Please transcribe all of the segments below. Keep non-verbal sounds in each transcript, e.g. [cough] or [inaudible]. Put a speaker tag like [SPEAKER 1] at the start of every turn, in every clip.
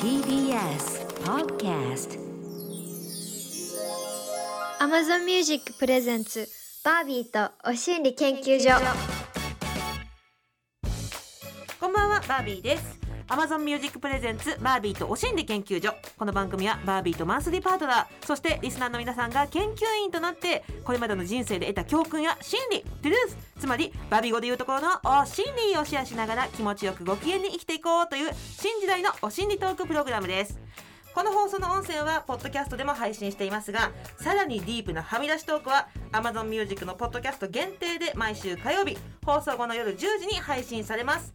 [SPEAKER 1] TBS Podcast
[SPEAKER 2] Amazon Music プレゼンツバービーとお心理研究所
[SPEAKER 3] こんばんは、バービーです。Amazon Music Presents バービーとお心理研究所。この番組はバービーとマンスリーパートナー、そしてリスナーの皆さんが研究員となって、これまでの人生で得た教訓や心理、トゥルース、つまりバービー語でいうところのお心理をシェアしながら気持ちよくご機嫌に生きていこうという新時代のお心理トークプログラムです。この放送の音声はポッドキャストでも配信していますがさらにディープなはみ出しトークは Amazon Music のポッドキャスト限定で毎週火曜日放送後の夜10時に配信されます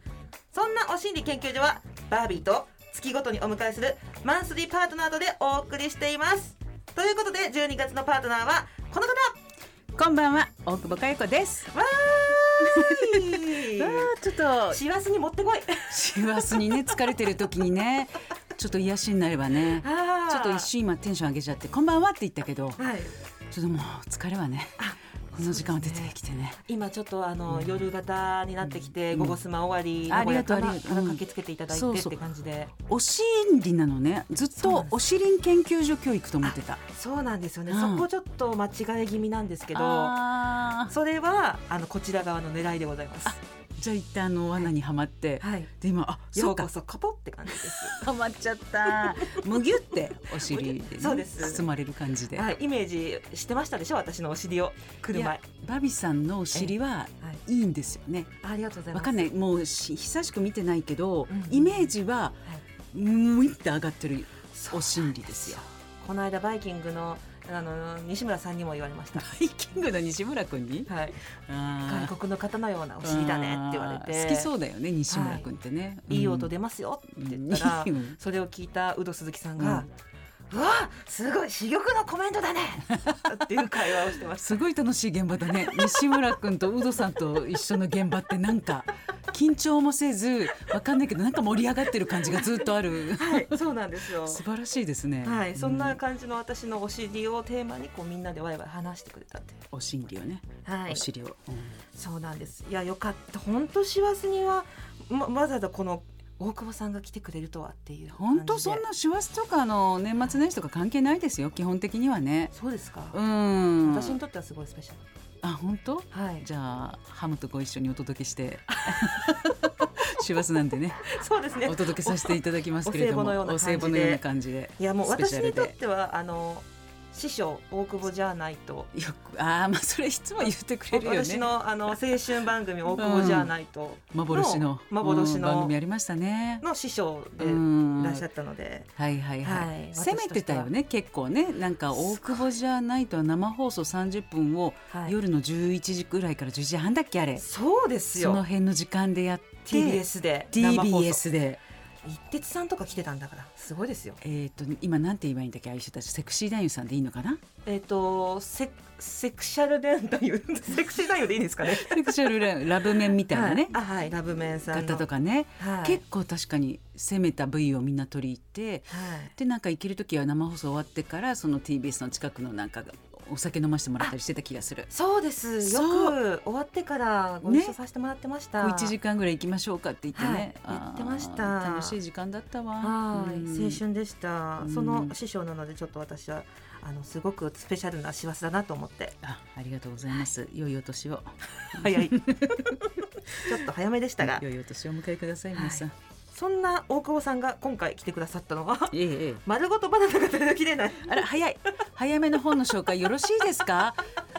[SPEAKER 3] そんなお心理研究所はバービーと月ごとにお迎えするマンスリーパートナーとでお送りしていますということで12月のパートナーはこの [laughs] 方
[SPEAKER 4] こんばんは、大久保佳代子です。わ
[SPEAKER 3] わーい
[SPEAKER 4] あ、ちょっと
[SPEAKER 3] 師走に持ってこい
[SPEAKER 4] 師走にね疲れてる時にね、ちょっと癒しになればね。
[SPEAKER 3] あー
[SPEAKER 4] ちょっと一瞬今テンション上げちゃって、こんばんはって言ったけど、
[SPEAKER 3] はい
[SPEAKER 4] ちょっともう疲れはね。この時間は出てきてね。
[SPEAKER 3] 今ちょっとあの、夜型になってきて、
[SPEAKER 4] うん
[SPEAKER 3] 午後スマ終わり
[SPEAKER 4] あ
[SPEAKER 3] 名古屋から
[SPEAKER 4] ありがとうありがとう
[SPEAKER 3] から
[SPEAKER 4] うん
[SPEAKER 3] 駆けつけていただいて
[SPEAKER 4] そう
[SPEAKER 3] っ
[SPEAKER 4] そう
[SPEAKER 3] て感じで
[SPEAKER 4] おしんりなのね、ずっ
[SPEAKER 3] そうなん
[SPEAKER 4] と
[SPEAKER 3] です
[SPEAKER 4] おしりん研究所教育と思ってた。
[SPEAKER 3] そうなんですよね、
[SPEAKER 4] うん
[SPEAKER 3] そこちょっと間違い気味なんですけど
[SPEAKER 4] あー
[SPEAKER 3] それはあのこちら側の狙いでございます
[SPEAKER 4] じゃあ一旦あの罠にはまって、
[SPEAKER 3] はい
[SPEAKER 4] で今あ、
[SPEAKER 3] よ
[SPEAKER 4] そう
[SPEAKER 3] うこ
[SPEAKER 4] か。
[SPEAKER 3] そカポって感じです
[SPEAKER 4] はまっちゃった。 [laughs] むぎゅってお尻でね
[SPEAKER 3] そうです
[SPEAKER 4] 包まれる感じで。
[SPEAKER 3] はいイメージしてましたでしょ私のお尻
[SPEAKER 4] い
[SPEAKER 3] を車
[SPEAKER 4] や
[SPEAKER 3] へ
[SPEAKER 4] バビさんのお尻はいいんですよね。
[SPEAKER 3] ありがとうございま
[SPEAKER 4] わ
[SPEAKER 3] す
[SPEAKER 4] かんないもうし久しく見てないけど、
[SPEAKER 3] うん
[SPEAKER 4] イメージはむいって上がってるお心理ですよ。
[SPEAKER 3] この間バイキングのあの西村さんにも言われました
[SPEAKER 4] バイキングの西村君に
[SPEAKER 3] はい
[SPEAKER 4] 外
[SPEAKER 3] 外国の方のようなお尻だねって言われて
[SPEAKER 4] 好きそうだよね西村君ってね、
[SPEAKER 3] いい音
[SPEAKER 4] で
[SPEAKER 3] 出ますよって言ったら、それを聞いたウド鈴木さんが、うわすごい珠玉のコメントだねっていう会話をしてま
[SPEAKER 4] [laughs]
[SPEAKER 3] し
[SPEAKER 4] すごい楽しい現場だ
[SPEAKER 3] [laughs]
[SPEAKER 4] ね西村君とウドさんと一緒の現場ってなんか緊張もせずわかんないけどなんか盛り上がってる感じがずっとある
[SPEAKER 3] たはい [laughs] そうなんですよ
[SPEAKER 4] 素晴らしいですね
[SPEAKER 3] はい、そんな
[SPEAKER 4] う
[SPEAKER 3] 感じの私のお尻をテーマにこうみんなでワイワイ話してくれたっていう
[SPEAKER 4] お心理をね、
[SPEAKER 3] はい
[SPEAKER 4] お尻を、うん
[SPEAKER 3] そうなんですいやよかった本当師走には、ま、わざわざこの大久保さんが来てくれるとはっていう感じで
[SPEAKER 4] 本当そんな師走とかあの年末年始とか関係ないですよ基本的にはね
[SPEAKER 3] そうですか、
[SPEAKER 4] うん
[SPEAKER 3] 私にとってはすごいスペシャル
[SPEAKER 4] あ本当
[SPEAKER 3] はい
[SPEAKER 4] じゃあハムとご一緒にお届けして
[SPEAKER 3] [laughs]
[SPEAKER 4] 師走なんでね
[SPEAKER 3] そうですね
[SPEAKER 4] お届けさせていただきますけれども
[SPEAKER 3] お歳暮のような感じで
[SPEAKER 4] お歳暮のような感じで
[SPEAKER 3] いやもう
[SPEAKER 4] スペ
[SPEAKER 3] 私
[SPEAKER 4] シャ
[SPEAKER 3] に
[SPEAKER 4] ルで
[SPEAKER 3] とってはあの師匠大久保じゃないと、
[SPEAKER 4] よくああまあそれいつも言ってくれるよ
[SPEAKER 3] 私
[SPEAKER 4] ね
[SPEAKER 3] の
[SPEAKER 4] [laughs]
[SPEAKER 3] あの青春番組大久保じゃないと
[SPEAKER 4] 幻の
[SPEAKER 3] 幻
[SPEAKER 4] うん
[SPEAKER 3] の
[SPEAKER 4] 番組ありましたね
[SPEAKER 3] の師匠で
[SPEAKER 4] うん
[SPEAKER 3] いらっしゃったので、
[SPEAKER 4] はいはいはい、
[SPEAKER 3] はい
[SPEAKER 4] 攻めてたよね結構ねなんか大久保じゃないとは生放送30分を
[SPEAKER 3] はい
[SPEAKER 4] 夜の11時ぐらいから11時半だっけあれ
[SPEAKER 3] そうです
[SPEAKER 4] その
[SPEAKER 3] よ
[SPEAKER 4] 辺の時間でやって
[SPEAKER 3] TBS で生放送
[SPEAKER 4] TBS で、
[SPEAKER 3] 一徹さんとか来てたんだからすごいですよ
[SPEAKER 4] えー、と今なんて言えばいいんだっけああいう人たちセクシー男優さんでいいのか
[SPEAKER 3] [laughs]
[SPEAKER 4] な
[SPEAKER 3] えっ、とセセクシャル男優 [laughs] セクシー男優でいいんですかね
[SPEAKER 4] セクシャルララブ面みたいなね、
[SPEAKER 3] はい、あはいラブメンさんの
[SPEAKER 4] 方とかね、
[SPEAKER 3] はい
[SPEAKER 4] 結構確かに攻めた部位をみんな取り入って
[SPEAKER 3] はい
[SPEAKER 4] でなんか行ける時は生放送終わってからその TBS の近くのなんかお酒飲ませてもらったりしてた気がする。
[SPEAKER 3] そうですよ
[SPEAKER 4] そ
[SPEAKER 3] く終わってからご一緒させてもらってました、
[SPEAKER 4] 1時間ぐらい行きましょうかって言ってね、
[SPEAKER 3] はい言って
[SPEAKER 4] あー
[SPEAKER 3] ました
[SPEAKER 4] 楽しい時間だったわ
[SPEAKER 3] はい、
[SPEAKER 4] うん
[SPEAKER 3] 青春でした、
[SPEAKER 4] うん
[SPEAKER 3] その師匠なのでちょっと私はあのすごくスペシャルな師走だなと思って
[SPEAKER 4] あありがとうございます、良いお年を [laughs]
[SPEAKER 3] 早いちょっと早めでしたが
[SPEAKER 4] 良いお年をお迎えください皆さん、
[SPEAKER 3] そんな大久保さんが今回来てくださったのは [laughs]
[SPEAKER 4] ええええ
[SPEAKER 3] 丸ごとバナナが食べきれない
[SPEAKER 4] あら早い早めの本の紹介よろしいです [laughs] か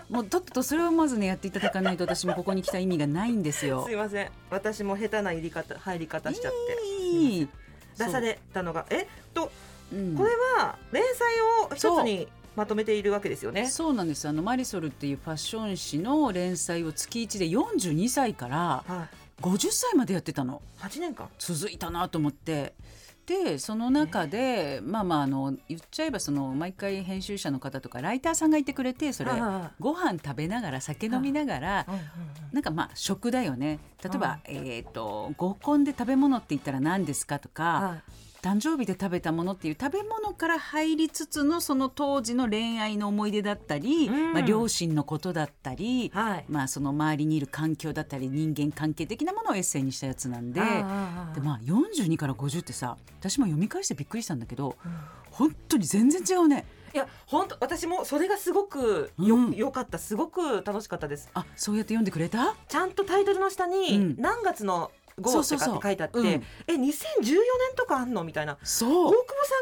[SPEAKER 4] もうとっととそれをまずねやっていただかないと私もここに来た意味がないんですよ
[SPEAKER 3] すいません私も下手な入り方入り方しちゃって
[SPEAKER 4] いい
[SPEAKER 3] 出されたのがえっと
[SPEAKER 4] そう,、うん
[SPEAKER 3] これは連載を一つにまとめているわけですよね
[SPEAKER 4] そうなんですあのマリソルっていうファッション誌の連載を月1で42歳から
[SPEAKER 3] は
[SPEAKER 4] 50歳までやってたの
[SPEAKER 3] い、8年間
[SPEAKER 4] 続いたなと思ってでその中で、まあまああの言っちゃえばその毎回編集者の方とかライターさんがいてくれてそれ
[SPEAKER 3] あ
[SPEAKER 4] ご飯食べながら酒飲みながら
[SPEAKER 3] あうんうん
[SPEAKER 4] なんかまあ食だよね例えば、えっ、と合コンで食べ物って言ったら何ですかと
[SPEAKER 3] うん
[SPEAKER 4] か、
[SPEAKER 3] はい
[SPEAKER 4] 誕生日で食べたものっていう食べ物から入りつつのその当時の恋愛の思い出だったり、
[SPEAKER 3] うん
[SPEAKER 4] まあ、両親のことだったり、
[SPEAKER 3] はい
[SPEAKER 4] まあ、その周りにいる環境だったり人間関係的なものをエッセイにしたやつなんで
[SPEAKER 3] あー
[SPEAKER 4] で、まあ、42から50ってさ私も読み返してびっくりしたんだけど本当に全然違うね。
[SPEAKER 3] いや本当私もそれがすごくよ、
[SPEAKER 4] うん
[SPEAKER 3] よかったすごく楽しかったです
[SPEAKER 4] あそうやって読んでくれた
[SPEAKER 3] ちゃんとタイトルの下
[SPEAKER 4] う
[SPEAKER 3] に
[SPEAKER 4] ん
[SPEAKER 3] 何月の号とかって書いてあって、
[SPEAKER 4] そうそうそう
[SPEAKER 3] え2014年とかあんのみたいな大
[SPEAKER 4] そう
[SPEAKER 3] 久保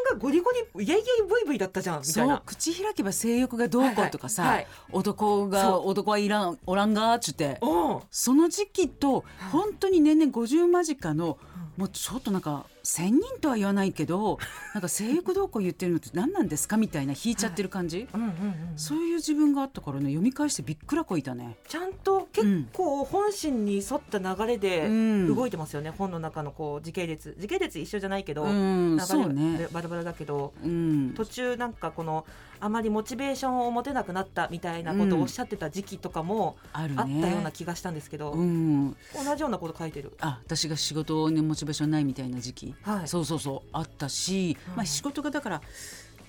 [SPEAKER 3] さんがゴリゴリイエイエイブイブイだったじゃんみたい
[SPEAKER 4] そう
[SPEAKER 3] な
[SPEAKER 4] 口開けば性欲がどうこうとかさ、
[SPEAKER 3] はいはいはい
[SPEAKER 4] 男
[SPEAKER 3] そ
[SPEAKER 4] が男はいらんおらんがーっちゅって
[SPEAKER 3] うん
[SPEAKER 4] その時期と
[SPEAKER 3] い
[SPEAKER 4] 本当に年々50間近のもうちょっとなんか1,000人とは言わないけどなんか性欲どうこう言ってるのって何なんですかみたいな引いちゃってる感じ、
[SPEAKER 3] うんうんうん
[SPEAKER 4] そういう自分があったからね読み返してびっくらこいたね。
[SPEAKER 3] ちゃんと結構本心に沿った流れで
[SPEAKER 4] うん
[SPEAKER 3] 動いてますよね、本の中のこう時系列時系列一緒じゃないけど、
[SPEAKER 4] うん、
[SPEAKER 3] 流れ
[SPEAKER 4] そうね、
[SPEAKER 3] バラバラだけど
[SPEAKER 4] うん、
[SPEAKER 3] 途中なんかこのあまりモチベーションを持てなくなったみたいなことをおっしゃってた時期とかも
[SPEAKER 4] あるね
[SPEAKER 3] あったような気がしたんですけど、
[SPEAKER 4] うん、
[SPEAKER 3] 同じようなこと書いてる。
[SPEAKER 4] あ私が仕事にモチベーションないみたいな時期、
[SPEAKER 3] はい
[SPEAKER 4] そうそうそうあったし、
[SPEAKER 3] うん
[SPEAKER 4] まあ、仕事がだから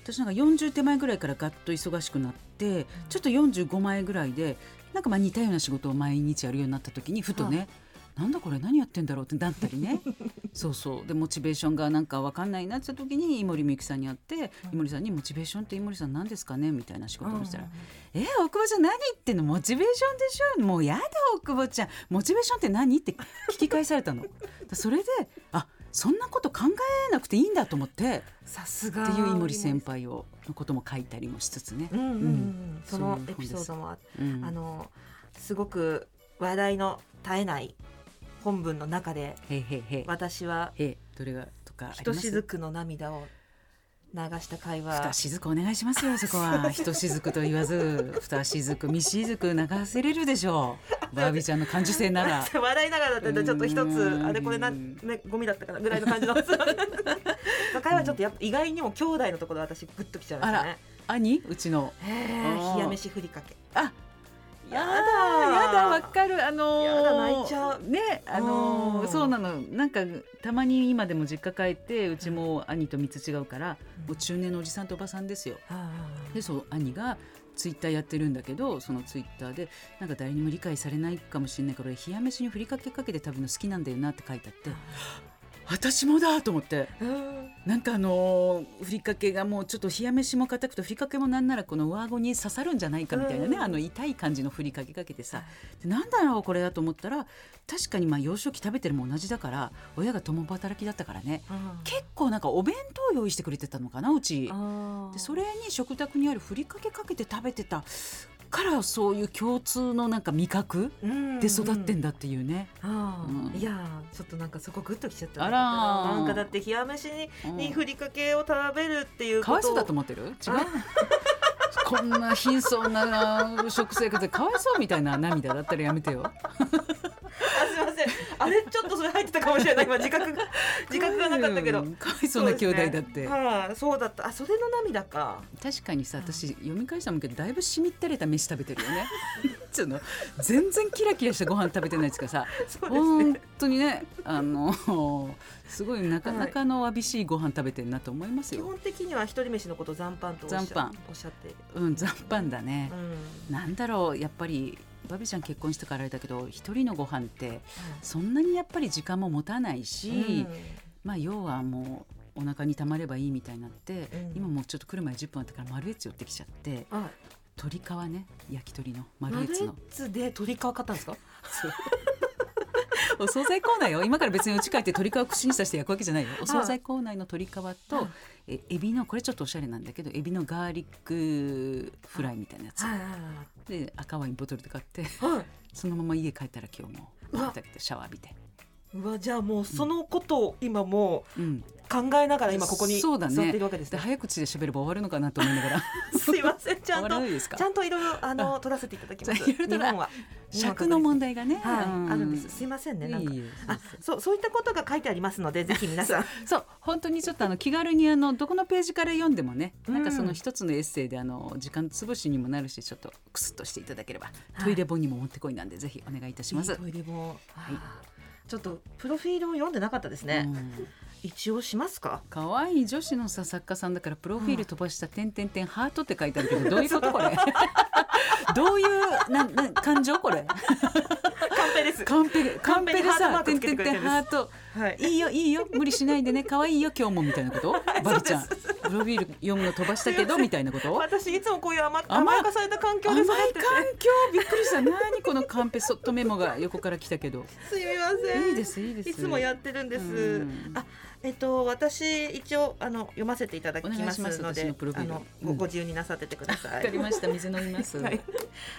[SPEAKER 4] 私なんか40手前ぐらいからガッと忙しくなってちょっと45前ぐらいでなんかまあ似たような仕事を毎日やるようになった時にふとね、なんだこれ何やってんだろうってなったりね [laughs] そうそうでモチベーションがなんか分かんないなってた時に井森美幸さんに会って、
[SPEAKER 3] うん
[SPEAKER 4] 井森さんに「モチベーションって井森さん何ですかね?」みたいな仕事をしたら
[SPEAKER 3] うん
[SPEAKER 4] えー、大久保ちゃん何言ってんのモチベーションでしょもうやだ大久保ちゃんモチベーションって何って聞き返されたのそれであそんなこと考えなくていいんだと思って
[SPEAKER 3] さすが
[SPEAKER 4] っていう井森先輩をのことも書いたりもしつつね、
[SPEAKER 3] うんうんうん
[SPEAKER 4] うん
[SPEAKER 3] そのエピソードもあって、
[SPEAKER 4] うん
[SPEAKER 3] あのすごく話題の絶えない本文の中で
[SPEAKER 4] へいへいへい
[SPEAKER 3] 私は
[SPEAKER 4] へいどれがとかあ
[SPEAKER 3] ひ
[SPEAKER 4] り
[SPEAKER 3] と
[SPEAKER 4] ます
[SPEAKER 3] しずくの涙を流した会
[SPEAKER 4] ふ
[SPEAKER 3] 話
[SPEAKER 4] たしずくお願いしますよそこはひとしずくと言わずふたしずくみしずく流せれるでしょうバービーちゃんの感受性なら
[SPEAKER 3] [laughs] 笑いながらだったんでちょっと一
[SPEAKER 4] う
[SPEAKER 3] つ
[SPEAKER 4] ん
[SPEAKER 3] あれこれな、ね、ゴミだったかなぐらいの感
[SPEAKER 4] [laughs]
[SPEAKER 3] じの会話ちょっとやっぱ意外にも兄弟のところ私グッときちゃいましたね
[SPEAKER 4] 兄うちの
[SPEAKER 3] へ
[SPEAKER 4] あ
[SPEAKER 3] え
[SPEAKER 4] ー
[SPEAKER 3] 冷や飯ふりかけ
[SPEAKER 4] あやだ
[SPEAKER 3] やだ
[SPEAKER 4] やだわかるあのー、
[SPEAKER 3] やだ泣いちゃう
[SPEAKER 4] ねあのー
[SPEAKER 3] うん
[SPEAKER 4] そうなのなんかたまに今でも実家帰ってうちも兄と3つ違うから、
[SPEAKER 3] うん
[SPEAKER 4] もう中年のおじさんとおばさんですよ
[SPEAKER 3] あ
[SPEAKER 4] でそう兄がツイッターやってるんだけどそのツイッターでなんか誰にも理解されないかもしれないから俺冷や飯にふりかけかけて食べるの好きなんだよなって書いてあって私もだと思って
[SPEAKER 3] ーうん
[SPEAKER 4] なんかあのーふりかけがもうちょっと冷や飯も硬くてふりかけもなんならこの上顎に刺さるんじゃないかみたいなね、
[SPEAKER 3] うん
[SPEAKER 4] あの痛い感じのふりかけかけてさでなんだろうこれだと思ったら確かにまあ幼少期食べてるも同じだから親が共働きだったからね結構なんかお弁当用意してくれてたのかなうち
[SPEAKER 3] あー
[SPEAKER 4] でそれに食卓にあるふりかけかけて食べてたからそういう共通のなんか味覚で育ってんだっていうね、
[SPEAKER 3] あー
[SPEAKER 4] うん
[SPEAKER 3] いやーちょっとなんかそこグッときちゃったね
[SPEAKER 4] あらー
[SPEAKER 3] なんかだって冷や飯に,、
[SPEAKER 4] うん
[SPEAKER 3] にふりかけを食べるっていうこと
[SPEAKER 4] か
[SPEAKER 3] を
[SPEAKER 4] わいそうだと思ってる違うこんな貧相なな食生活でかわいそうみたいな涙だったらやめてよ
[SPEAKER 3] あすいませんあれちょっとそれ入ってたかもしれない今自覚
[SPEAKER 4] [laughs]
[SPEAKER 3] が自覚がなかったけど、
[SPEAKER 4] うんかわいそうな兄弟だっ
[SPEAKER 3] そうで
[SPEAKER 4] て、
[SPEAKER 3] すねはい、そうだったあそれの涙か [laughs]
[SPEAKER 4] 確かにさ私読み返したもんけどだいぶしみったれた飯食べてるよね [laughs] ちょっと全然キラキラしたご飯食べてないですかさ
[SPEAKER 3] そうですね
[SPEAKER 4] 本当にねあのすごいなかなかのわびしいご飯食べてるなと思います
[SPEAKER 3] 基
[SPEAKER 4] よ、
[SPEAKER 3] 本的には一人飯のこと残飯とおっし
[SPEAKER 4] 残
[SPEAKER 3] ゃ
[SPEAKER 4] 飯
[SPEAKER 3] おっしゃっている、
[SPEAKER 4] うん残飯だね
[SPEAKER 3] う、ん
[SPEAKER 4] なんだろうやっぱりバビちゃん結婚してからあれだけど一人のご飯ってそんなにやっぱり時間も持たないし、まあ要はもうお腹にたまればいいみたいになって、
[SPEAKER 3] うん
[SPEAKER 4] 今もうちょっと来る前10分あったからマルエッツ寄ってきちゃって
[SPEAKER 3] うん、あ
[SPEAKER 4] 鶏皮ね焼き鳥のマル
[SPEAKER 3] マ
[SPEAKER 4] エ
[SPEAKER 3] ルエ
[SPEAKER 4] ッツの
[SPEAKER 3] ッツで鶏皮買ったんですか
[SPEAKER 4] お惣菜コーナーよ今から別に家帰って鶏皮を串に刺して焼くわけじゃないよお惣菜コーナーの鶏皮
[SPEAKER 3] は
[SPEAKER 4] と
[SPEAKER 3] い
[SPEAKER 4] えエビのこれちょっとおしゃれなんだけどエビのガーリックフライみたいなやつ
[SPEAKER 3] はい
[SPEAKER 4] で赤ワインボトルで買って
[SPEAKER 3] はい
[SPEAKER 4] そのまま家帰ったら今日も
[SPEAKER 3] うわ
[SPEAKER 4] だけどシャワー浴びて、
[SPEAKER 3] うわじゃあもうそのことを今も
[SPEAKER 4] うん、
[SPEAKER 3] う考えながら今ここに座
[SPEAKER 4] そう
[SPEAKER 3] っ
[SPEAKER 4] だね
[SPEAKER 3] ているわけで
[SPEAKER 4] [laughs]
[SPEAKER 3] す
[SPEAKER 4] で
[SPEAKER 3] ね
[SPEAKER 4] 早口で喋れば終わるのかなと思いながら
[SPEAKER 3] すいませんちゃ
[SPEAKER 4] 終
[SPEAKER 3] ん
[SPEAKER 4] わ
[SPEAKER 3] と
[SPEAKER 4] らないですか
[SPEAKER 3] ちゃんといろいろあの取らせていただきます
[SPEAKER 4] じゃあいろいろ
[SPEAKER 3] 日
[SPEAKER 4] と
[SPEAKER 3] 本は
[SPEAKER 4] 尺の問題がね、
[SPEAKER 3] はい、
[SPEAKER 4] う
[SPEAKER 3] あるんです。すいませんね。なんか
[SPEAKER 4] いえいえ
[SPEAKER 3] あ、そう、そういったことが書いてありますので、ぜひ皆さん。
[SPEAKER 4] そう本当にちょっとあの気軽にあのどこのページから読んでもね、なんかそ
[SPEAKER 3] うん
[SPEAKER 4] の一つのエッセイであの時間つぶしにもなるしちょっとクスッとしていただければ、
[SPEAKER 3] い
[SPEAKER 4] トイレ本にも持ってこいなんでぜひお願いいたします。
[SPEAKER 3] いいトイレも。はい。ちょっとプロフィールを読んでなかったですね。
[SPEAKER 4] うん
[SPEAKER 3] 一応しますか
[SPEAKER 4] 可愛い女子のさ作家さんだからプロフィール飛ばした「点点点ハート」って書いてあるけどどういうことこ [laughs] れどういうなな感情これ
[SPEAKER 3] 完璧です
[SPEAKER 4] カンペでカンペでさ「
[SPEAKER 3] カン
[SPEAKER 4] 点点
[SPEAKER 3] ペにハートマークつけてくれ
[SPEAKER 4] 点
[SPEAKER 3] てるんです
[SPEAKER 4] ハート」
[SPEAKER 3] はい
[SPEAKER 4] いいよいいよ無理しないでね可愛いよ今日もみたいな [laughs] ことバルちゃんプロフィール読むの飛ばしたけどみたいなこと
[SPEAKER 3] 私いつもこういう甘
[SPEAKER 4] 甘い
[SPEAKER 3] 甘やかされた環境
[SPEAKER 4] 甘
[SPEAKER 3] で
[SPEAKER 4] い
[SPEAKER 3] 育
[SPEAKER 4] 環
[SPEAKER 3] ってて
[SPEAKER 4] 境びっくりした何このカンペそっとメモが横から来た
[SPEAKER 3] [laughs]
[SPEAKER 4] けど
[SPEAKER 3] すみません
[SPEAKER 4] いいですいいです
[SPEAKER 3] いつもやってるんです、
[SPEAKER 4] うん
[SPEAKER 3] あえっと私一応あの読ませていただき
[SPEAKER 4] お願
[SPEAKER 3] ま
[SPEAKER 4] いし
[SPEAKER 3] す
[SPEAKER 4] ます
[SPEAKER 3] ので
[SPEAKER 4] 私のプロフィ
[SPEAKER 3] あ
[SPEAKER 4] ール
[SPEAKER 3] の
[SPEAKER 4] う
[SPEAKER 3] ご
[SPEAKER 4] ん
[SPEAKER 3] ご自由になさっててくださ
[SPEAKER 4] わ
[SPEAKER 3] い、
[SPEAKER 4] かりました水飲みます、
[SPEAKER 3] はい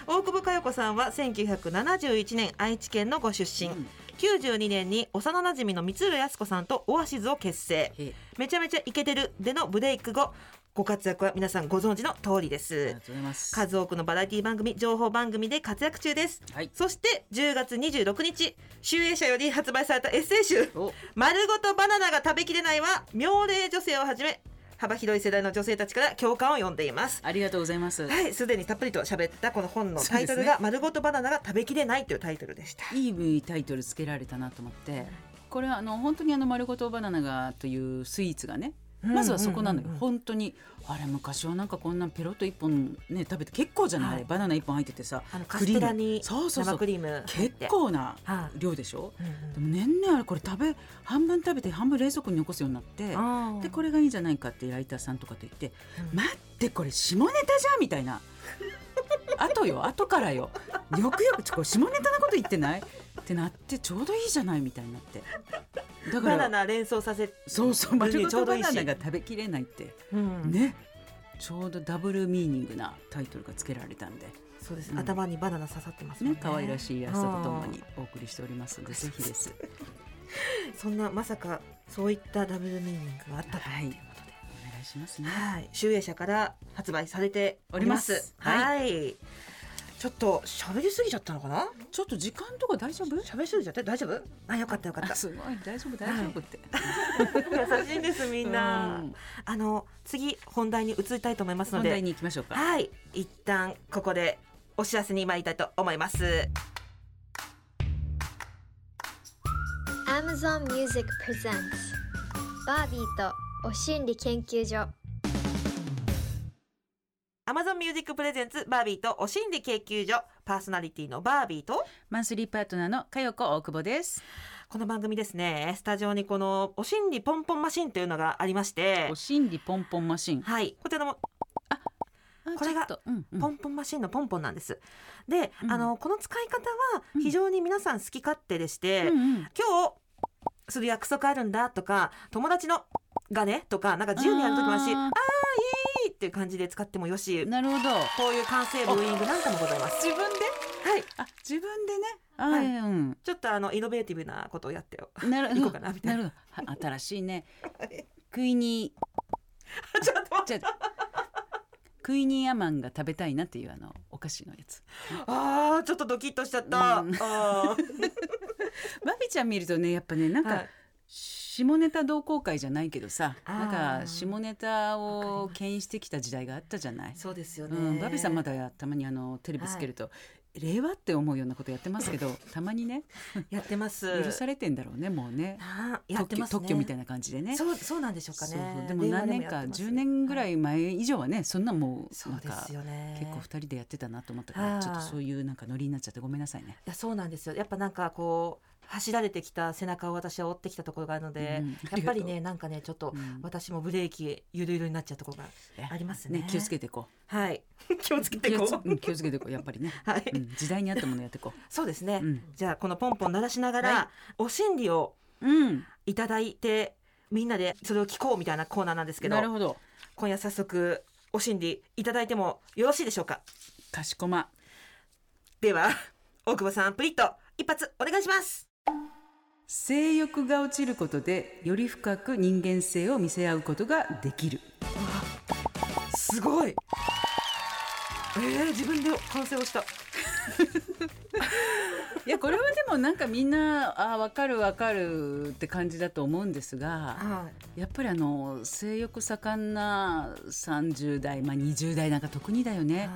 [SPEAKER 3] 大久保佳代子さんは1971年愛知県のご出身、
[SPEAKER 4] うん
[SPEAKER 3] 92年に幼馴染の光浦靖子さんとオアシズを結成
[SPEAKER 4] え
[SPEAKER 3] めちゃめちゃイケてるでのブレイク後ご活躍は皆さんご存知の通りで
[SPEAKER 4] あり
[SPEAKER 3] す
[SPEAKER 4] がとうございます
[SPEAKER 3] 数多くのバラエティ番組情報番組で活躍中です
[SPEAKER 4] はい
[SPEAKER 3] そして10月26日集英社より発売されたエッセイ集
[SPEAKER 4] お
[SPEAKER 3] 「丸ごとバナナが食べきれない」は妙齢女性をはじめ幅広い世代の女性たちから共感を呼んでいます
[SPEAKER 4] ありがとうございます
[SPEAKER 3] はいすでにたっぷりと喋ったこの本のタイトル
[SPEAKER 4] そうですね
[SPEAKER 3] が「丸ごとバナナが食べきれない」というタイトルでした
[SPEAKER 4] いいタイトルつけられたなと思ってこれはあの本当にあの丸ごとバナナがというスイーツがねまずはそこなのよ、
[SPEAKER 3] うんうんうんうん
[SPEAKER 4] 本当にあれ昔はなんかこんなペロッと一本ね食べて結構じゃない、
[SPEAKER 3] はい
[SPEAKER 4] あれバナナ一本入っててさ
[SPEAKER 3] あのカステラに
[SPEAKER 4] そうそうそ
[SPEAKER 3] 生
[SPEAKER 4] う
[SPEAKER 3] クリーム入っ
[SPEAKER 4] 結
[SPEAKER 3] て
[SPEAKER 4] 構な
[SPEAKER 3] はい
[SPEAKER 4] 量でしょ、
[SPEAKER 3] うん
[SPEAKER 4] でも年々あれこれ食べ半分食べて半分冷蔵庫に残すようになって
[SPEAKER 3] うん
[SPEAKER 4] でこれがいいんじゃないかってライターさんとかと言って「
[SPEAKER 3] うん
[SPEAKER 4] 待ってこれ下ネタじゃん」みたい
[SPEAKER 3] [laughs]
[SPEAKER 4] な「あとよあとからよよくよくちょこれ下ネタなこと言ってない?」ってなってちょうどいいじゃないみたいになってだか
[SPEAKER 3] バナ
[SPEAKER 4] ら
[SPEAKER 3] ナ連想させ、
[SPEAKER 4] そうそう丸ご
[SPEAKER 3] ちょ
[SPEAKER 4] と
[SPEAKER 3] うど
[SPEAKER 4] バ
[SPEAKER 3] いいし
[SPEAKER 4] ナナが食べきれないって
[SPEAKER 3] うん
[SPEAKER 4] ねちょうどダブルミーニングなタイトルがつけられたんで
[SPEAKER 3] そうです、
[SPEAKER 4] うん
[SPEAKER 3] 頭にバナナ刺さってますもん
[SPEAKER 4] ね
[SPEAKER 3] ね
[SPEAKER 4] 可愛らしい朝とともにお送りしておりますのでぜひです
[SPEAKER 3] そんなまさかそういったダブルミーニングがあったと [laughs] は
[SPEAKER 4] はいいう
[SPEAKER 3] ことで。
[SPEAKER 4] お願いしますね
[SPEAKER 3] はい、集英社から発売されております。
[SPEAKER 4] おります
[SPEAKER 3] は、
[SPEAKER 4] はい
[SPEAKER 3] ちょっと喋りすぎちゃったのかな？
[SPEAKER 4] ちょっと時間とか大丈
[SPEAKER 3] [laughs]
[SPEAKER 4] 夫
[SPEAKER 3] 喋りすぎちゃって大丈夫？あ、よかったよかった
[SPEAKER 4] あ。すごい大丈夫大丈夫って、
[SPEAKER 3] [laughs] 優しいんですみんな
[SPEAKER 4] う。
[SPEAKER 3] あの次本題に移りたいと思いますの
[SPEAKER 4] 本題
[SPEAKER 3] で、
[SPEAKER 4] に行きましょうか
[SPEAKER 3] はい、一旦ここでお知らせに参りたいと思います。
[SPEAKER 2] Amazon Music Presents バービーとお心理研究所
[SPEAKER 3] Amazon Music Presents バービーとお心理研究所パーソナリティのバービーと
[SPEAKER 4] マンスリーパートナーの佳代子大久保です。
[SPEAKER 3] この番組ですねスタジオにこのお心理ポンポンマシンというのがありまして
[SPEAKER 4] お心理ポンポンマシン。
[SPEAKER 3] はいこちらの
[SPEAKER 4] あ
[SPEAKER 3] これが
[SPEAKER 4] ちょっとうんうん
[SPEAKER 3] ポンポンマシンのポンポンなんです。で、
[SPEAKER 4] うん
[SPEAKER 3] あのこの使い方は
[SPEAKER 4] うん
[SPEAKER 3] 非常に皆さん好き勝手でして、
[SPEAKER 4] うんうん
[SPEAKER 3] 今日する約束あるんだとか友達のがねとかなんか自由にやるときもあるし
[SPEAKER 4] あー
[SPEAKER 3] あーいいっていう感じで使ってもよし
[SPEAKER 4] なるほど。
[SPEAKER 3] こういう完成ブーイングなんかもございます。
[SPEAKER 4] 自分で？
[SPEAKER 3] はい
[SPEAKER 4] あ、自分でね。あ、
[SPEAKER 3] はい
[SPEAKER 4] えーうん。
[SPEAKER 3] ちょっとあのイノベーティブなことをやってよ。
[SPEAKER 4] なる
[SPEAKER 3] [laughs] 行こうかなみたいな
[SPEAKER 4] るほど。は新しいね。クイニー
[SPEAKER 3] [laughs] ちょっと待って
[SPEAKER 4] じゃクイニーアマンが食べたいなっていうあのお菓子のやつ。
[SPEAKER 3] あーちょっとドキッとしちゃった。
[SPEAKER 4] うん
[SPEAKER 3] あー
[SPEAKER 4] バビちゃん見るとね、やっぱね、なんか、
[SPEAKER 3] はい
[SPEAKER 4] 下ネタ同好会じゃないけどさ
[SPEAKER 3] あー
[SPEAKER 4] なんか下ネタ
[SPEAKER 3] わ
[SPEAKER 4] を
[SPEAKER 3] かります
[SPEAKER 4] 牽引してきた時代があったじゃない
[SPEAKER 3] そうですよ
[SPEAKER 4] う
[SPEAKER 3] ね。
[SPEAKER 4] ん、バビさんまだたまにあのテレビつけると、令和って思うようなことやってますけ
[SPEAKER 3] [laughs]
[SPEAKER 4] どたまにね
[SPEAKER 3] やってます。
[SPEAKER 4] 許されてんだろうねもうね
[SPEAKER 3] あーやっ
[SPEAKER 4] 特
[SPEAKER 3] て
[SPEAKER 4] 許
[SPEAKER 3] ますね。
[SPEAKER 4] 特許みたいな感じでね
[SPEAKER 3] そうそうなんでしょうかね。
[SPEAKER 4] そうそうでも何年か10年ぐら
[SPEAKER 3] い
[SPEAKER 4] い前以上はねそんなもう
[SPEAKER 3] そう
[SPEAKER 4] なん
[SPEAKER 3] で
[SPEAKER 4] か
[SPEAKER 3] すよね。
[SPEAKER 4] 結構
[SPEAKER 3] い
[SPEAKER 4] 二人でやってたなと思ったから
[SPEAKER 3] あー
[SPEAKER 4] ちょっとそういうなんかノリになっちゃってごめんなさいね。
[SPEAKER 3] やそうなんですよ。やっぱなんかこう走られてきた背中を私は追ってきたところがあるので、
[SPEAKER 4] うん
[SPEAKER 3] やっぱりねなんかねちょっと
[SPEAKER 4] うん
[SPEAKER 3] 私もブレーキゆるゆるになっちゃうところがありますね
[SPEAKER 4] 気をつけていこ
[SPEAKER 3] はい気をつ
[SPEAKER 4] [laughs]
[SPEAKER 3] け
[SPEAKER 4] う気
[SPEAKER 3] てこ
[SPEAKER 4] をつ
[SPEAKER 3] う。
[SPEAKER 4] うん気をつけていこうやっぱり
[SPEAKER 3] [laughs]
[SPEAKER 4] ね、
[SPEAKER 3] はい、
[SPEAKER 4] うん、時代に合ったものやっていこ
[SPEAKER 3] そうですね。
[SPEAKER 4] う。うん
[SPEAKER 3] じゃあこのポンポン鳴らしながら、
[SPEAKER 4] は
[SPEAKER 3] お心理を
[SPEAKER 4] うん、
[SPEAKER 3] いただいてみんなでそれを聞こうみたいなコーナーなんですけど
[SPEAKER 4] なるほど
[SPEAKER 3] 今夜早速お心理いただいてもよろしいでしょうか
[SPEAKER 4] かしこま
[SPEAKER 3] では大久保さんプリッと一発お願いします
[SPEAKER 4] 性欲が落ちることでより深く人間性を見せ合うことができる
[SPEAKER 3] すごいえー、自分で完成をした
[SPEAKER 4] いやこれはでもなんかみんなあ分かる分かるって感じだと思うんですが
[SPEAKER 3] はい
[SPEAKER 4] やっぱりあの性欲盛んな30代、まあ、20代なんか特にだよね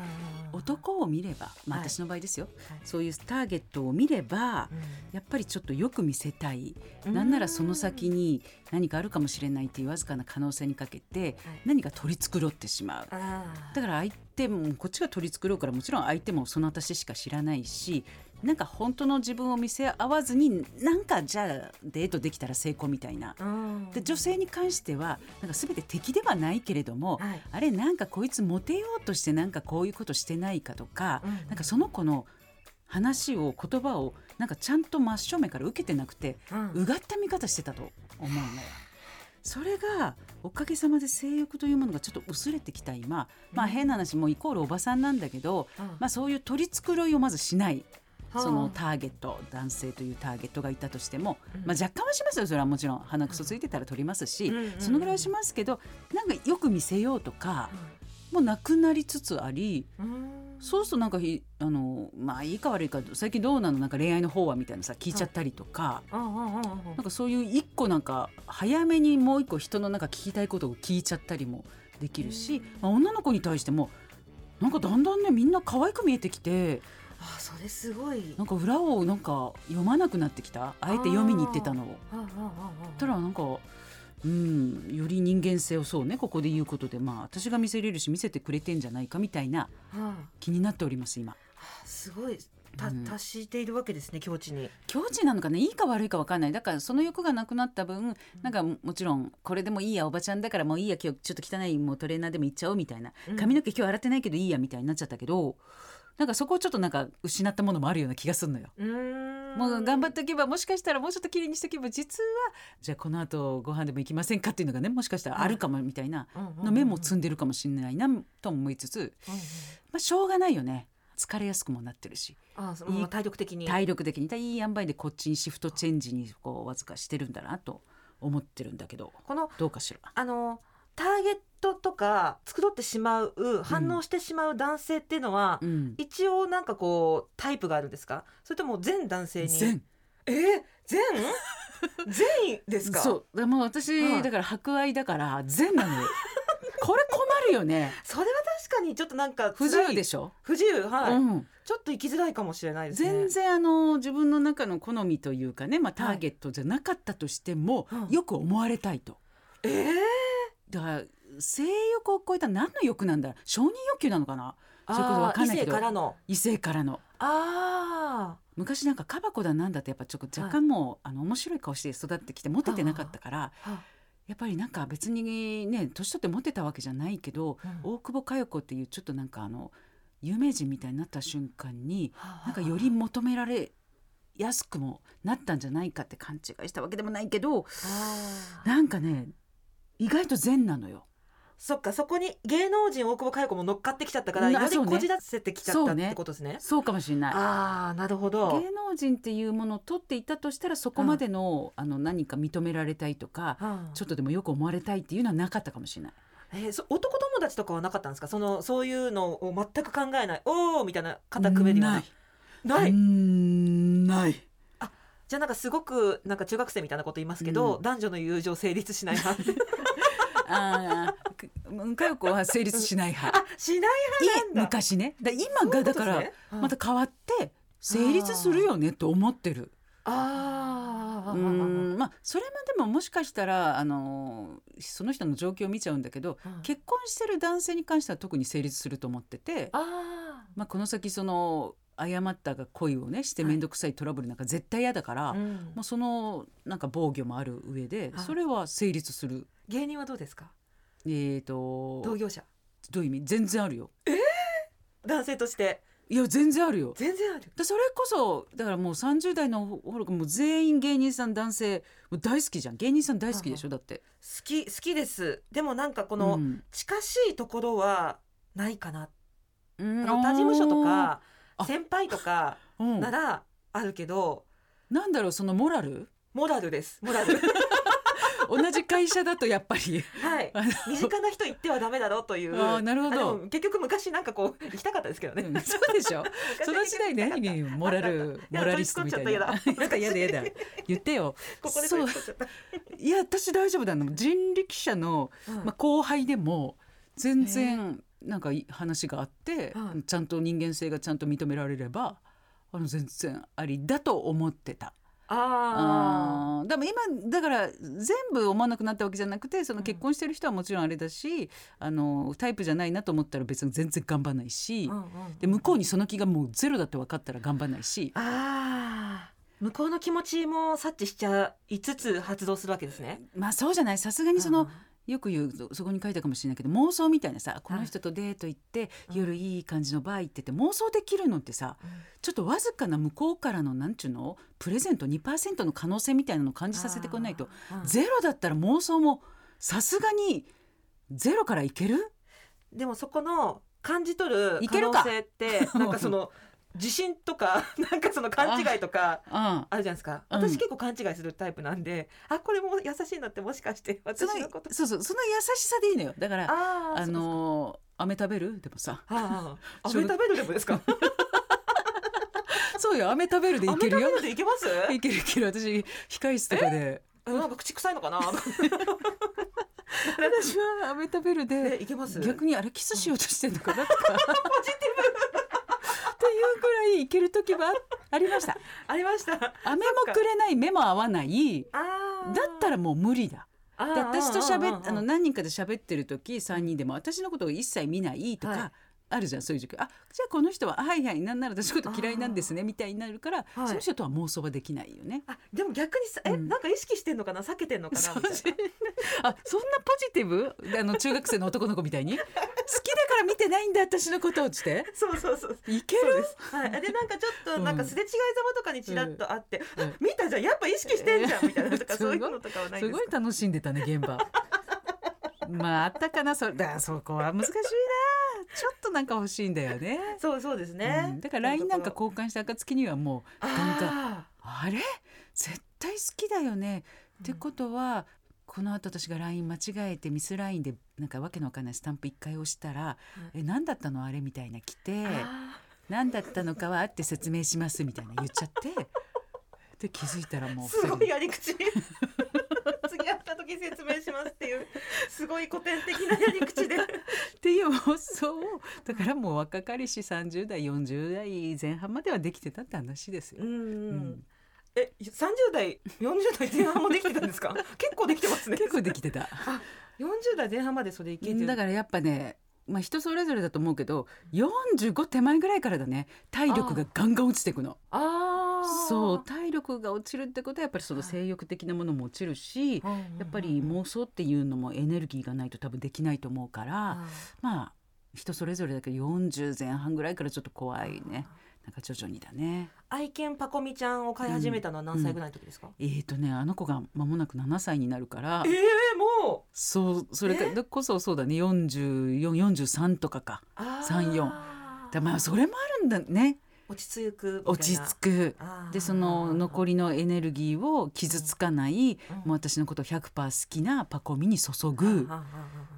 [SPEAKER 4] 男を見れば、まあ、
[SPEAKER 3] はい
[SPEAKER 4] 私の場合ですよ、
[SPEAKER 3] はい
[SPEAKER 4] そういうターゲットを見ればやっぱりちょっとよく見せたいなんならその先に何かあるかもしれないっていうわずかな可能性にかけて
[SPEAKER 3] はい
[SPEAKER 4] 何か取り繕ってしまう。だから相手もこっちが取り繕うからもちろん相手もその私しか知らないしなんか本当の自分を見せ合わずになんかじゃあデートできたら成功みたいな。で女性に関してはなんか全て敵ではないけれども、
[SPEAKER 3] はい
[SPEAKER 4] あれなんかこいつモテようとしてなんかこういうことしてないかとか、
[SPEAKER 3] うん
[SPEAKER 4] なんかその子の話を言葉をなんかちゃんと真正面から受けてなくてうがった見方してたと思うのよ。それがおかげさまで性欲というものがちょっと薄れてきた今、まあ、変な話もうイコールおばさんなんだけど、まあ、そういう取り繕いをまずしないそのターゲット男性というターゲットがいたとしても、
[SPEAKER 3] うん
[SPEAKER 4] まあ、若干はしますよそれはもちろん鼻くそついてたら取りますし、
[SPEAKER 3] うんうんうん
[SPEAKER 4] そのぐらいはしますけどなんかよく見せようとか、もうなくなりつつありそうするとなんかひあのまあいいか悪いか最近どうなのなんか恋愛の方はみたいなさ聞いちゃったりとか。なんかそういう一個なんか早めにもう一個人のなんか聞きたいことを聞いちゃったりもできるし、まあ、女の子に対してもなんかだんだんねみんな可愛く見えてきて
[SPEAKER 3] あそれすごい
[SPEAKER 4] なんか裏をなんか読まなくなってきたあえて読みに行ってたのを。たらなんかうんより人間性をそうねここで言うことでまあ私が見せれるし見せてくれてんじゃないかみたいな気になっております今。
[SPEAKER 3] すごいた
[SPEAKER 4] うん
[SPEAKER 3] 達しているわけですね境地に
[SPEAKER 4] 境地なのかねいいか悪いか分かんないだからその欲がなくなった分なんかもちろんこれでもいいやおばちゃんだからもういいや今日ちょっと汚いもうトレーナーでもいっちゃおうみたいな
[SPEAKER 3] うん
[SPEAKER 4] 髪の毛今日洗ってないけどいいやみたいになっちゃったけどなんかそこをちょっとなんか失ったものもあるような気がするのよ。もう頑張っておけばもしかしたらもうちょっと綺麗にしとけば実はじゃあこの後ご飯でも行きませんかっていうのがねもしかしたらあるかもみたいなの目も積んでるかもしれないなとも思いつつまあしょうがないよね疲れやすくもなってるし。
[SPEAKER 3] あその体力的に
[SPEAKER 4] 体力的にいい塩梅でこっちにシフトチェンジにこうわずかしてるんだなと思ってるんだけど
[SPEAKER 3] この
[SPEAKER 4] どうかしら
[SPEAKER 3] あのターゲットとか繕ってしまう反応してしまう男性っていうのは、
[SPEAKER 4] うん
[SPEAKER 3] 一応なんかこうタイプがあるんですかそれとも全男性に
[SPEAKER 4] 全
[SPEAKER 3] えー、
[SPEAKER 4] [laughs]
[SPEAKER 3] 全全員ですか
[SPEAKER 4] そうだからもう私、
[SPEAKER 3] はい
[SPEAKER 4] だから博愛だから全なの [laughs] よこれ困るよね
[SPEAKER 3] それは確かにちょっとなんか
[SPEAKER 4] 不自由で
[SPEAKER 3] ょ
[SPEAKER 4] しょ、
[SPEAKER 3] 不自由はい、
[SPEAKER 4] うん、
[SPEAKER 3] ちょっと生きづらいかもしれないですね
[SPEAKER 4] 全然あの自分の中の好みというかね、まあ、タ
[SPEAKER 3] はい
[SPEAKER 4] ーゲットじゃなかったとしても、
[SPEAKER 3] うん
[SPEAKER 4] よく思われたいと
[SPEAKER 3] えー
[SPEAKER 4] だから性欲を超えた何の欲なんだ承認欲求なのかなそれこそ
[SPEAKER 3] あ
[SPEAKER 4] わ
[SPEAKER 3] ー
[SPEAKER 4] かんない
[SPEAKER 3] 異
[SPEAKER 4] け
[SPEAKER 3] 性
[SPEAKER 4] ど
[SPEAKER 3] からの
[SPEAKER 4] 異性からの
[SPEAKER 3] あ
[SPEAKER 4] 昔なんかカバコだなんだってやっぱちょっと若干もう、あの面白い顔して育ってきてモテてなかったから
[SPEAKER 3] ーあ
[SPEAKER 4] やっぱりなんか別にね年取ってモテたわけじゃないけど、
[SPEAKER 3] うん
[SPEAKER 4] 大久保佳代子っていうちょっとなんかあの有名人みたいになった瞬間に
[SPEAKER 3] な
[SPEAKER 4] なんかより求められやすくもなったんじゃないかって勘違いしたわけでもないけどなんかね意外と善なのよ。
[SPEAKER 3] そっかそこに芸能人大久保佳代子も乗っかってきちゃったから
[SPEAKER 4] うん
[SPEAKER 3] よ
[SPEAKER 4] あ
[SPEAKER 3] り
[SPEAKER 4] そうね
[SPEAKER 3] こじらせてきちゃった
[SPEAKER 4] そう
[SPEAKER 3] っ
[SPEAKER 4] ね
[SPEAKER 3] てことですね
[SPEAKER 4] そうかもしれない
[SPEAKER 3] ああなるほど
[SPEAKER 4] 芸能人っていうものを取っていたとしたらそこまでの,、あの何か認められたいとか、ちょ
[SPEAKER 3] っ
[SPEAKER 4] っとでもよく思われたいっていうのはなかったかもしれない。
[SPEAKER 3] と、えーそ男友達とかはなかったんですかそのそういうのを全く考えないおおみたいな肩組めるようなな
[SPEAKER 4] ないい。ない。
[SPEAKER 3] じゃあなんかすごくなんか中学生みたいなこと言いますけど、
[SPEAKER 4] うん
[SPEAKER 3] 男女の友情成
[SPEAKER 4] [laughs]
[SPEAKER 3] 立しない派
[SPEAKER 4] ああ、くうんかよこは成立しない派。
[SPEAKER 3] あしない
[SPEAKER 4] い
[SPEAKER 3] 派なんだ
[SPEAKER 4] 昔ね、だ
[SPEAKER 3] そ
[SPEAKER 4] 今
[SPEAKER 3] うい
[SPEAKER 4] がだ
[SPEAKER 3] うことで
[SPEAKER 4] か
[SPEAKER 3] す
[SPEAKER 4] ら
[SPEAKER 3] ねうん
[SPEAKER 4] また変わって成立するよねと思ってる。
[SPEAKER 3] あー
[SPEAKER 4] う
[SPEAKER 3] うん
[SPEAKER 4] ん、まあそれもでももしかしたらあのーその人の状況を見ちゃうんだけど、結婚してる男性に関しては特に成立すると思ってて、
[SPEAKER 3] あ
[SPEAKER 4] まあこの先その誤ったが恋をねして面倒くさいトラブルなんか絶対嫌だから。
[SPEAKER 3] あ、うん
[SPEAKER 4] もうそのなんか防御もある上で
[SPEAKER 3] はい
[SPEAKER 4] それは成立する、
[SPEAKER 3] 芸人はどうですか
[SPEAKER 4] えー、と
[SPEAKER 3] 同業者
[SPEAKER 4] どういう意味全然あるよ
[SPEAKER 3] 男性として
[SPEAKER 4] いや全然あるよ
[SPEAKER 3] 全然ある
[SPEAKER 4] だそれこそだからもう30代のほらもう全員芸人さん男性もう大好きじゃん芸人さん大好きでしょだって
[SPEAKER 3] 好き好きですでもなんかこの
[SPEAKER 4] うん
[SPEAKER 3] 近しいところはないかな、
[SPEAKER 4] うん
[SPEAKER 3] 他事務所とか
[SPEAKER 4] あ
[SPEAKER 3] 先輩とか
[SPEAKER 4] うん
[SPEAKER 3] ならあるけど
[SPEAKER 4] なんだろうそのモラル [laughs]
[SPEAKER 3] モラルですモラル
[SPEAKER 4] 男同じ会社だとやっぱり
[SPEAKER 3] はい
[SPEAKER 4] あの
[SPEAKER 3] 身近な人行ってはダメだろうという
[SPEAKER 4] あーなるほど
[SPEAKER 3] あでも結局昔なんかこう行きたかったですけどね、
[SPEAKER 4] うんそうで
[SPEAKER 3] [laughs]
[SPEAKER 4] しょ
[SPEAKER 3] 昔
[SPEAKER 4] その時代何にモラ
[SPEAKER 3] [laughs]
[SPEAKER 4] ル
[SPEAKER 3] や
[SPEAKER 4] モラリストみたいな
[SPEAKER 3] 取り繕っちゃった
[SPEAKER 4] なんかやだやだ [laughs] 言ってよ
[SPEAKER 3] ここで
[SPEAKER 4] そう
[SPEAKER 3] 取り繕っちゃった
[SPEAKER 4] いや私大丈夫だの人力車の、
[SPEAKER 3] うん
[SPEAKER 4] まあ、後輩でも全然なんかい話があって、
[SPEAKER 3] はい
[SPEAKER 4] ちゃんと人間性がちゃんと認められればあの全然ありだと思ってた。
[SPEAKER 3] あ
[SPEAKER 4] あーでも今だから全部思わなくなったわけじゃなくてその結婚してる人はもちろんあれだし、あのタイプじゃないなと思ったら別に全然頑張らないし、
[SPEAKER 3] ーうんうん
[SPEAKER 4] で向こうにその気がもうゼロだって分かったら頑張らないし
[SPEAKER 3] あー向こうの気持ちも察知しちゃいつつ発動するわけですね。
[SPEAKER 4] まあそうじゃないさすがにその、よく言うそそこに書いたかもしれないけど妄想みたいなさこの人とデート行って、
[SPEAKER 3] うん
[SPEAKER 4] 夜いい感じのバー行ってって妄想できるのってさ
[SPEAKER 3] うん
[SPEAKER 4] ちょっとわずかな向こうからのなんちゅうのプレゼント2%の可能性みたいなのを感じさせてくれないと、
[SPEAKER 3] うん
[SPEAKER 4] ゼロだったら妄想もさすがにゼロからいける
[SPEAKER 3] でもそこの感じ取る
[SPEAKER 4] い
[SPEAKER 3] 可
[SPEAKER 4] ける
[SPEAKER 3] 能
[SPEAKER 4] か
[SPEAKER 3] 性
[SPEAKER 4] [laughs]
[SPEAKER 3] ってなんかその自信とか [laughs] なんかその勘違いとか
[SPEAKER 4] ああ
[SPEAKER 3] あるじゃないですか。
[SPEAKER 4] うん
[SPEAKER 3] 私結構勘違いするタイプなんで、あこれも優しいなってもしかして
[SPEAKER 4] その
[SPEAKER 3] 私のこと。
[SPEAKER 4] そうそうその優しさでいいのよだから
[SPEAKER 3] あー
[SPEAKER 4] あのー飴食べるでもさ [laughs]
[SPEAKER 3] そうですかあーあー、
[SPEAKER 4] ちょ
[SPEAKER 3] 飴
[SPEAKER 4] うど
[SPEAKER 3] 食べるでもですか。
[SPEAKER 4] そうよ飴食べるでい
[SPEAKER 3] 飴
[SPEAKER 4] け
[SPEAKER 3] 食べ
[SPEAKER 4] るよ
[SPEAKER 3] るでいけます？
[SPEAKER 4] いけるいける私控室とかで
[SPEAKER 3] えなんか口臭いの
[SPEAKER 4] [laughs]
[SPEAKER 3] かな。
[SPEAKER 4] 私は飴食べるで
[SPEAKER 3] えいけます？
[SPEAKER 4] 逆にあれキスしようとしてんのかなとか [laughs] ポジティブというぐらいいける時はありました
[SPEAKER 3] ありました。
[SPEAKER 4] 雨もくれない目も合わない
[SPEAKER 3] あ
[SPEAKER 4] だ
[SPEAKER 3] ー
[SPEAKER 4] ったらもう無理だ
[SPEAKER 3] あー
[SPEAKER 4] で私と喋
[SPEAKER 3] あーあ
[SPEAKER 4] っ
[SPEAKER 3] ー
[SPEAKER 4] あの何人かで喋ってる時3人でも私のことを一切見ないとか、
[SPEAKER 3] はい
[SPEAKER 4] あるじゃんそういう時あじゃあこの人ははいはいなんなら私のこと嫌いなんですねみたいになるから、
[SPEAKER 3] い
[SPEAKER 4] その人とは妄想はできないよね。
[SPEAKER 3] あでも逆にさえ、
[SPEAKER 4] うん
[SPEAKER 3] なんか意識してんのかな避けてんのかな
[SPEAKER 4] そう
[SPEAKER 3] みたいな
[SPEAKER 4] あそんなポジティブあの中学生の男の子みたいに [laughs] 好きだから見てないんだ私のことをつって
[SPEAKER 3] [laughs] そうそうそう
[SPEAKER 4] いけ
[SPEAKER 3] そう
[SPEAKER 4] る
[SPEAKER 3] ですはいでなんかちょっと
[SPEAKER 4] うん
[SPEAKER 3] なんかすれ違いざまとかにちらっとあって、
[SPEAKER 4] うん
[SPEAKER 3] あ見たじゃんやっぱ意識してんじゃん、
[SPEAKER 4] えー
[SPEAKER 3] みたいなと
[SPEAKER 4] [laughs]
[SPEAKER 3] か
[SPEAKER 4] すご
[SPEAKER 3] そうい
[SPEAKER 4] いう
[SPEAKER 3] のとかはない
[SPEAKER 4] す
[SPEAKER 3] です
[SPEAKER 4] ご
[SPEAKER 3] か
[SPEAKER 4] い楽しんでたね現
[SPEAKER 3] [laughs]
[SPEAKER 4] 場まああったかなそれだそこは難しいなちょっとなんか欲しいんだよね、
[SPEAKER 3] そうそうです
[SPEAKER 4] う
[SPEAKER 3] ね、
[SPEAKER 4] んだから LINE なんか
[SPEAKER 3] う
[SPEAKER 4] 交換した暁にはもうガンガン
[SPEAKER 3] あ
[SPEAKER 4] あれ絶対好きだよね、ってことはこの後私が LINE 間違えてミス LINE でなんかわけのわかんないスタンプ一回押したら「え何だったのあれ?」みたいな来て
[SPEAKER 3] ーあ
[SPEAKER 4] 「何だったのかはあって説明します」みたいな言っちゃってで気づいたらもう二
[SPEAKER 3] ーす
[SPEAKER 4] 人
[SPEAKER 3] ごいやり口 [laughs] 次会った時説明しますっていうすごい古典的なやり口で
[SPEAKER 4] っていう妄想をだからもう若かりし30代40代前半まではできてたって話ですよ
[SPEAKER 3] う。ん、
[SPEAKER 4] [laughs] うん
[SPEAKER 3] え三十代四十代前半もできてたんで
[SPEAKER 4] [laughs]
[SPEAKER 3] すか結構できてますね
[SPEAKER 4] 結構できてた。
[SPEAKER 3] 四十代前半までそれいけてる
[SPEAKER 4] だからやっぱね、まあ、人それぞれだと思うけど45手前ぐらいからだね体力がガンガン落ちていくの。
[SPEAKER 3] ああ
[SPEAKER 4] そう体力が落ちるってことはやっぱりその性欲的なものも落ちるし
[SPEAKER 3] うんうんうん
[SPEAKER 4] やっぱり妄想っていうのもエネルギーがないと多分できないと思うから
[SPEAKER 3] あ
[SPEAKER 4] まあ人それぞれだけど40前半ぐらいからちょっと怖いねなんか徐々にだね。
[SPEAKER 3] 愛犬パコミちゃんを飼い始めたのは何歳ぐらいの時ですか、
[SPEAKER 4] えーとね、あの子が間もなく7歳になるから
[SPEAKER 3] ええー、もう
[SPEAKER 4] そうそれか
[SPEAKER 3] え
[SPEAKER 4] だこそそうだね4443とかか三四
[SPEAKER 3] あー
[SPEAKER 4] だまあそれもあるんだね
[SPEAKER 3] 落ち着く
[SPEAKER 4] 落ち着くでその残
[SPEAKER 3] り
[SPEAKER 4] りのエネルギーを傷つかない、
[SPEAKER 3] うん
[SPEAKER 4] もう私のことを100%好きなパコミに注ぐ、
[SPEAKER 3] あーあーあ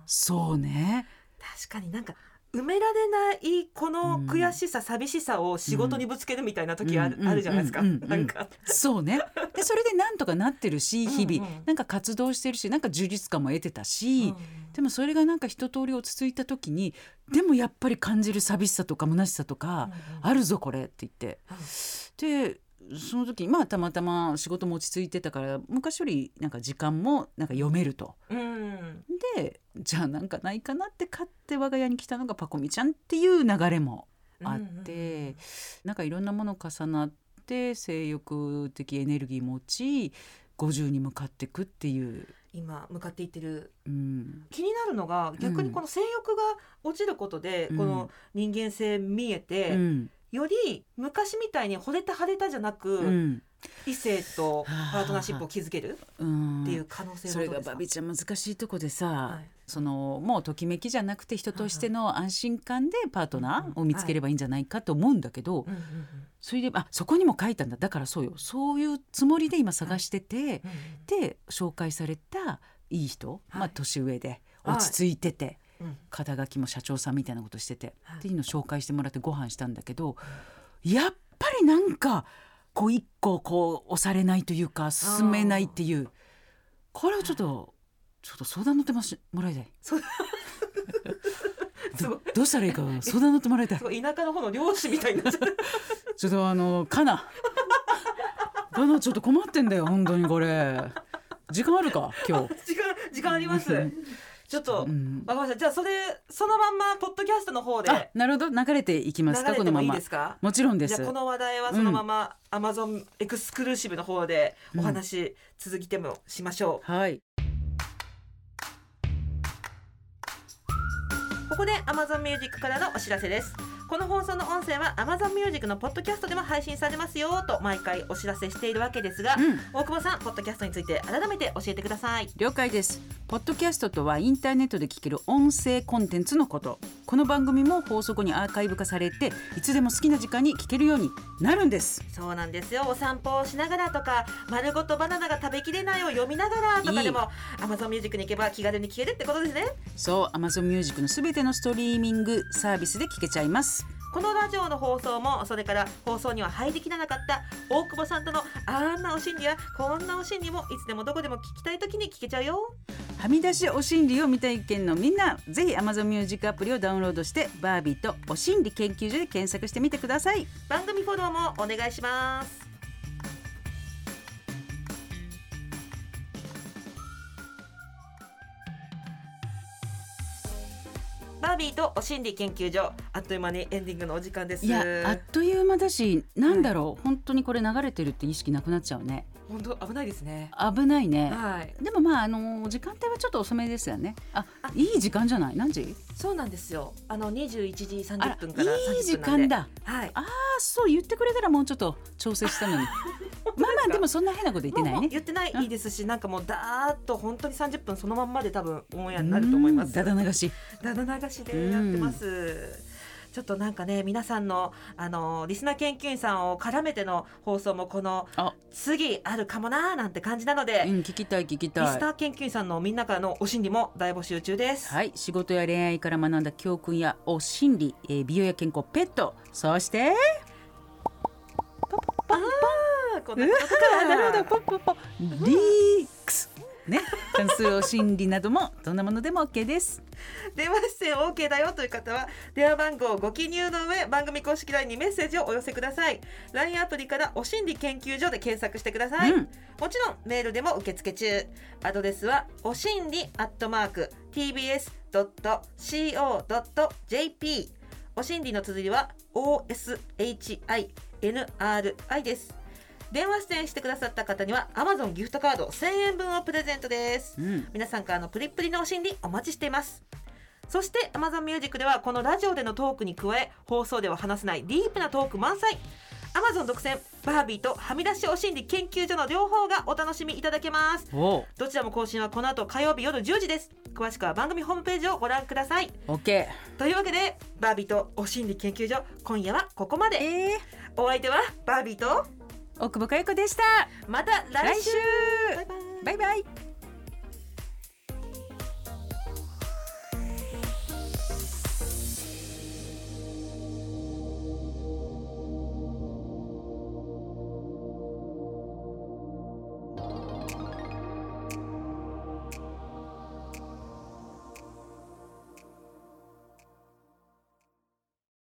[SPEAKER 4] そうね
[SPEAKER 3] ー確かになんか埋められないこの
[SPEAKER 4] うん
[SPEAKER 3] 悔しさ、寂しさを仕事にぶつけるみたいな時ある,、
[SPEAKER 4] うん
[SPEAKER 3] あるじゃないですか、
[SPEAKER 4] うんうんうん
[SPEAKER 3] なんか
[SPEAKER 4] そうねでそれでなんとかなってるし日々、
[SPEAKER 3] うんうん
[SPEAKER 4] なんか活動してるしなんか充実感も得てたし、
[SPEAKER 3] うん
[SPEAKER 4] でもそれがなんか一通り落ち着いた時にでもやっぱり感じる寂しさとか虚しさとか、あるぞこれって言ってでその時まあたまたま仕事も落ち着いてたから昔よりなんか時間もなんか読めると
[SPEAKER 3] うん
[SPEAKER 4] でじゃあなんかないかなって買って我が家に来たのがパコミちゃんっていう流れもあって、なんかいろんなもの重なって性欲的エネルギー持ち50に向かってくっていう、
[SPEAKER 3] 今向かっていってる
[SPEAKER 4] うん、
[SPEAKER 3] 気になるのが逆にこの性欲が落ちることで、
[SPEAKER 4] うん
[SPEAKER 3] この人間性見えて、
[SPEAKER 4] うん
[SPEAKER 3] より昔みたいに惚れた腫れたじゃなく、
[SPEAKER 4] うん
[SPEAKER 3] 異性とパートナーシップを築ける
[SPEAKER 4] うん
[SPEAKER 3] っていう可能性は
[SPEAKER 4] それ
[SPEAKER 3] どう
[SPEAKER 4] が
[SPEAKER 3] です
[SPEAKER 4] バ
[SPEAKER 3] か
[SPEAKER 4] ビちゃん難しいとこでさ、
[SPEAKER 3] い
[SPEAKER 4] そのもうときめきじゃなくて人としての安心感でパートナーを見つければいいんじゃないかと思うんだけど、
[SPEAKER 3] うんうんうん
[SPEAKER 4] それであそこにも書いたんだだからそうよそういうつもりで今探してて、
[SPEAKER 3] う
[SPEAKER 4] で紹介されたいい人、まあ、年上で
[SPEAKER 3] はい
[SPEAKER 4] 落ち着いてて。
[SPEAKER 3] んうん
[SPEAKER 4] 肩書きも社長さんみたいなことしてて、
[SPEAKER 3] はい
[SPEAKER 4] っていうのを紹介してもらってご飯したんだけど、やっぱりなんかこう一個こう押されないというか進めないっていうこれをちょっとちょっと相談乗ってましもらいたい
[SPEAKER 3] そうすご
[SPEAKER 4] ど
[SPEAKER 3] い
[SPEAKER 4] どうしたらいいか相談乗ってもらいたい
[SPEAKER 3] すごい田舎の方の漁師みたいになっちゃった
[SPEAKER 4] ちょっとあのかなかなちょっと困ってんだよ本当にこれ時間あるか今日
[SPEAKER 3] 時間時間あります
[SPEAKER 4] うん
[SPEAKER 3] ちょっと
[SPEAKER 4] うん
[SPEAKER 3] わかりましたじゃあそれそのまんまポッドキャストの方で
[SPEAKER 4] あなるほど流れていき
[SPEAKER 3] 流
[SPEAKER 4] ますか
[SPEAKER 3] れ
[SPEAKER 4] この
[SPEAKER 3] ても
[SPEAKER 4] ま
[SPEAKER 3] いい
[SPEAKER 4] ま
[SPEAKER 3] ですか
[SPEAKER 4] もちろんで
[SPEAKER 3] じゃあ
[SPEAKER 4] す
[SPEAKER 3] この話題はそのまま Amazon エクスクルーシブの方でお話続きてもしましょう、
[SPEAKER 4] はい
[SPEAKER 3] ここで Amazon Music からのお知らせです。この放送の音声は Amazon Music のポッドキャストでも配信されますよと毎回お知らせしているわけですが、
[SPEAKER 4] うん
[SPEAKER 3] 大久保さん、ポッドキャストについて改めて教えてください。
[SPEAKER 4] 了解ですポッドキャストとはインターネットで聞ける音声コンテンツのことこの番組も放送後にアーカイブ化されていつでも好きな時間に聞けるようになるんです
[SPEAKER 3] そうなんですよ。お散歩をしながらとか、丸ごとバナナが食べきれないを読みながらとかでも、Amazon Music に行けば気軽に聞けるってことですね。
[SPEAKER 4] そう Amazon Music のすべてのストリーミングサービスで聞けちゃいます
[SPEAKER 3] このラジオの放送もそれから放送には入りきらなかった大久保さんとのあんなお心理やこんなお心理もいつでもどこでも聞きたい時に聞けちゃうよ。
[SPEAKER 4] はみ出しお心理を未体験のみんなぜひ Amazon Music アプリをダウンロードしてバービーとお心理研究所で検索してみてください
[SPEAKER 3] 番組フォローもお願いしますバービーとお心理研究所あっという間にエンディングのお時間です
[SPEAKER 4] いやあっという間だしなんだろう、本当にこれ流れてるって意識なくなっちゃうね
[SPEAKER 3] 本当危ないですね
[SPEAKER 4] 危ないね
[SPEAKER 3] はい
[SPEAKER 4] でもまああの時間帯はちょっと遅めですよね。あ
[SPEAKER 3] あ
[SPEAKER 4] いい時間じゃない？何時？
[SPEAKER 3] そうなんですよあの21時
[SPEAKER 4] あら
[SPEAKER 3] 30分から
[SPEAKER 4] いい時
[SPEAKER 3] 30分なんで
[SPEAKER 4] 間だ。
[SPEAKER 3] はい
[SPEAKER 4] あそう言ってくれたらもうちょっと調整した
[SPEAKER 3] [laughs]
[SPEAKER 4] のに。まあまあでもそんな変なこと言って
[SPEAKER 3] もう
[SPEAKER 4] ない
[SPEAKER 3] もう
[SPEAKER 4] ね。
[SPEAKER 3] 言ってない
[SPEAKER 4] うん
[SPEAKER 3] ですし、なんかもうだーっと本当に30分そのまんまで多分オンエアになると思います
[SPEAKER 4] うんだだ流し。
[SPEAKER 3] だだ流しでやってます。ちょっとなんかね皆さんのあのリスナー研究員さんを絡めての放送もこの
[SPEAKER 4] あ、
[SPEAKER 3] 次あるかもなーなんて感じなの
[SPEAKER 4] う
[SPEAKER 3] で、
[SPEAKER 4] ん聞きたい聞き
[SPEAKER 3] リス
[SPEAKER 4] たい
[SPEAKER 3] ナ。ー研究員さんのみんなからのお心理も大募集中です。
[SPEAKER 4] はい仕事や恋愛から学んだ教訓やお心理、えー美容や健康ペットそして
[SPEAKER 3] あーこんなことか
[SPEAKER 4] なるほどポッポッポリークス
[SPEAKER 3] [laughs]
[SPEAKER 4] ね関するお心理などもどんなものでも OK です。
[SPEAKER 3] 電話出演 OK だよという方は電話番号をご記入の上番組公式 LINE にメッセージをお寄せください LINE アプリから「お心理研究所」で検索してください、
[SPEAKER 4] うん
[SPEAKER 3] もちろんメールでも受付中アドレスはお心理アットマーク tbs.co.jp お心理の綴りは OSHINRI です電話出演してくださった方には Amazon ギフトカード1000円分をプレゼントです
[SPEAKER 4] うん
[SPEAKER 3] 皆さんからのプリップリのお心理お待ちしていますそして Amazon Music ではこのラジオでのトークに加え放送では話せないディープなトーク満載 Amazon 独占バービーとはみ出しお心理研究所の両方がお楽しみいただけます
[SPEAKER 4] おう
[SPEAKER 3] どちらも更新はこの後火曜日夜10時です詳しくは番組ホームページをご覧ください
[SPEAKER 4] OK。
[SPEAKER 3] というわけでバービーとお心理研究所今夜はここまで
[SPEAKER 4] えー、
[SPEAKER 3] お相手はバービーと
[SPEAKER 4] 大久保佳代子でした。
[SPEAKER 3] また来週
[SPEAKER 4] 来週
[SPEAKER 3] バイバイ
[SPEAKER 4] バイバイ。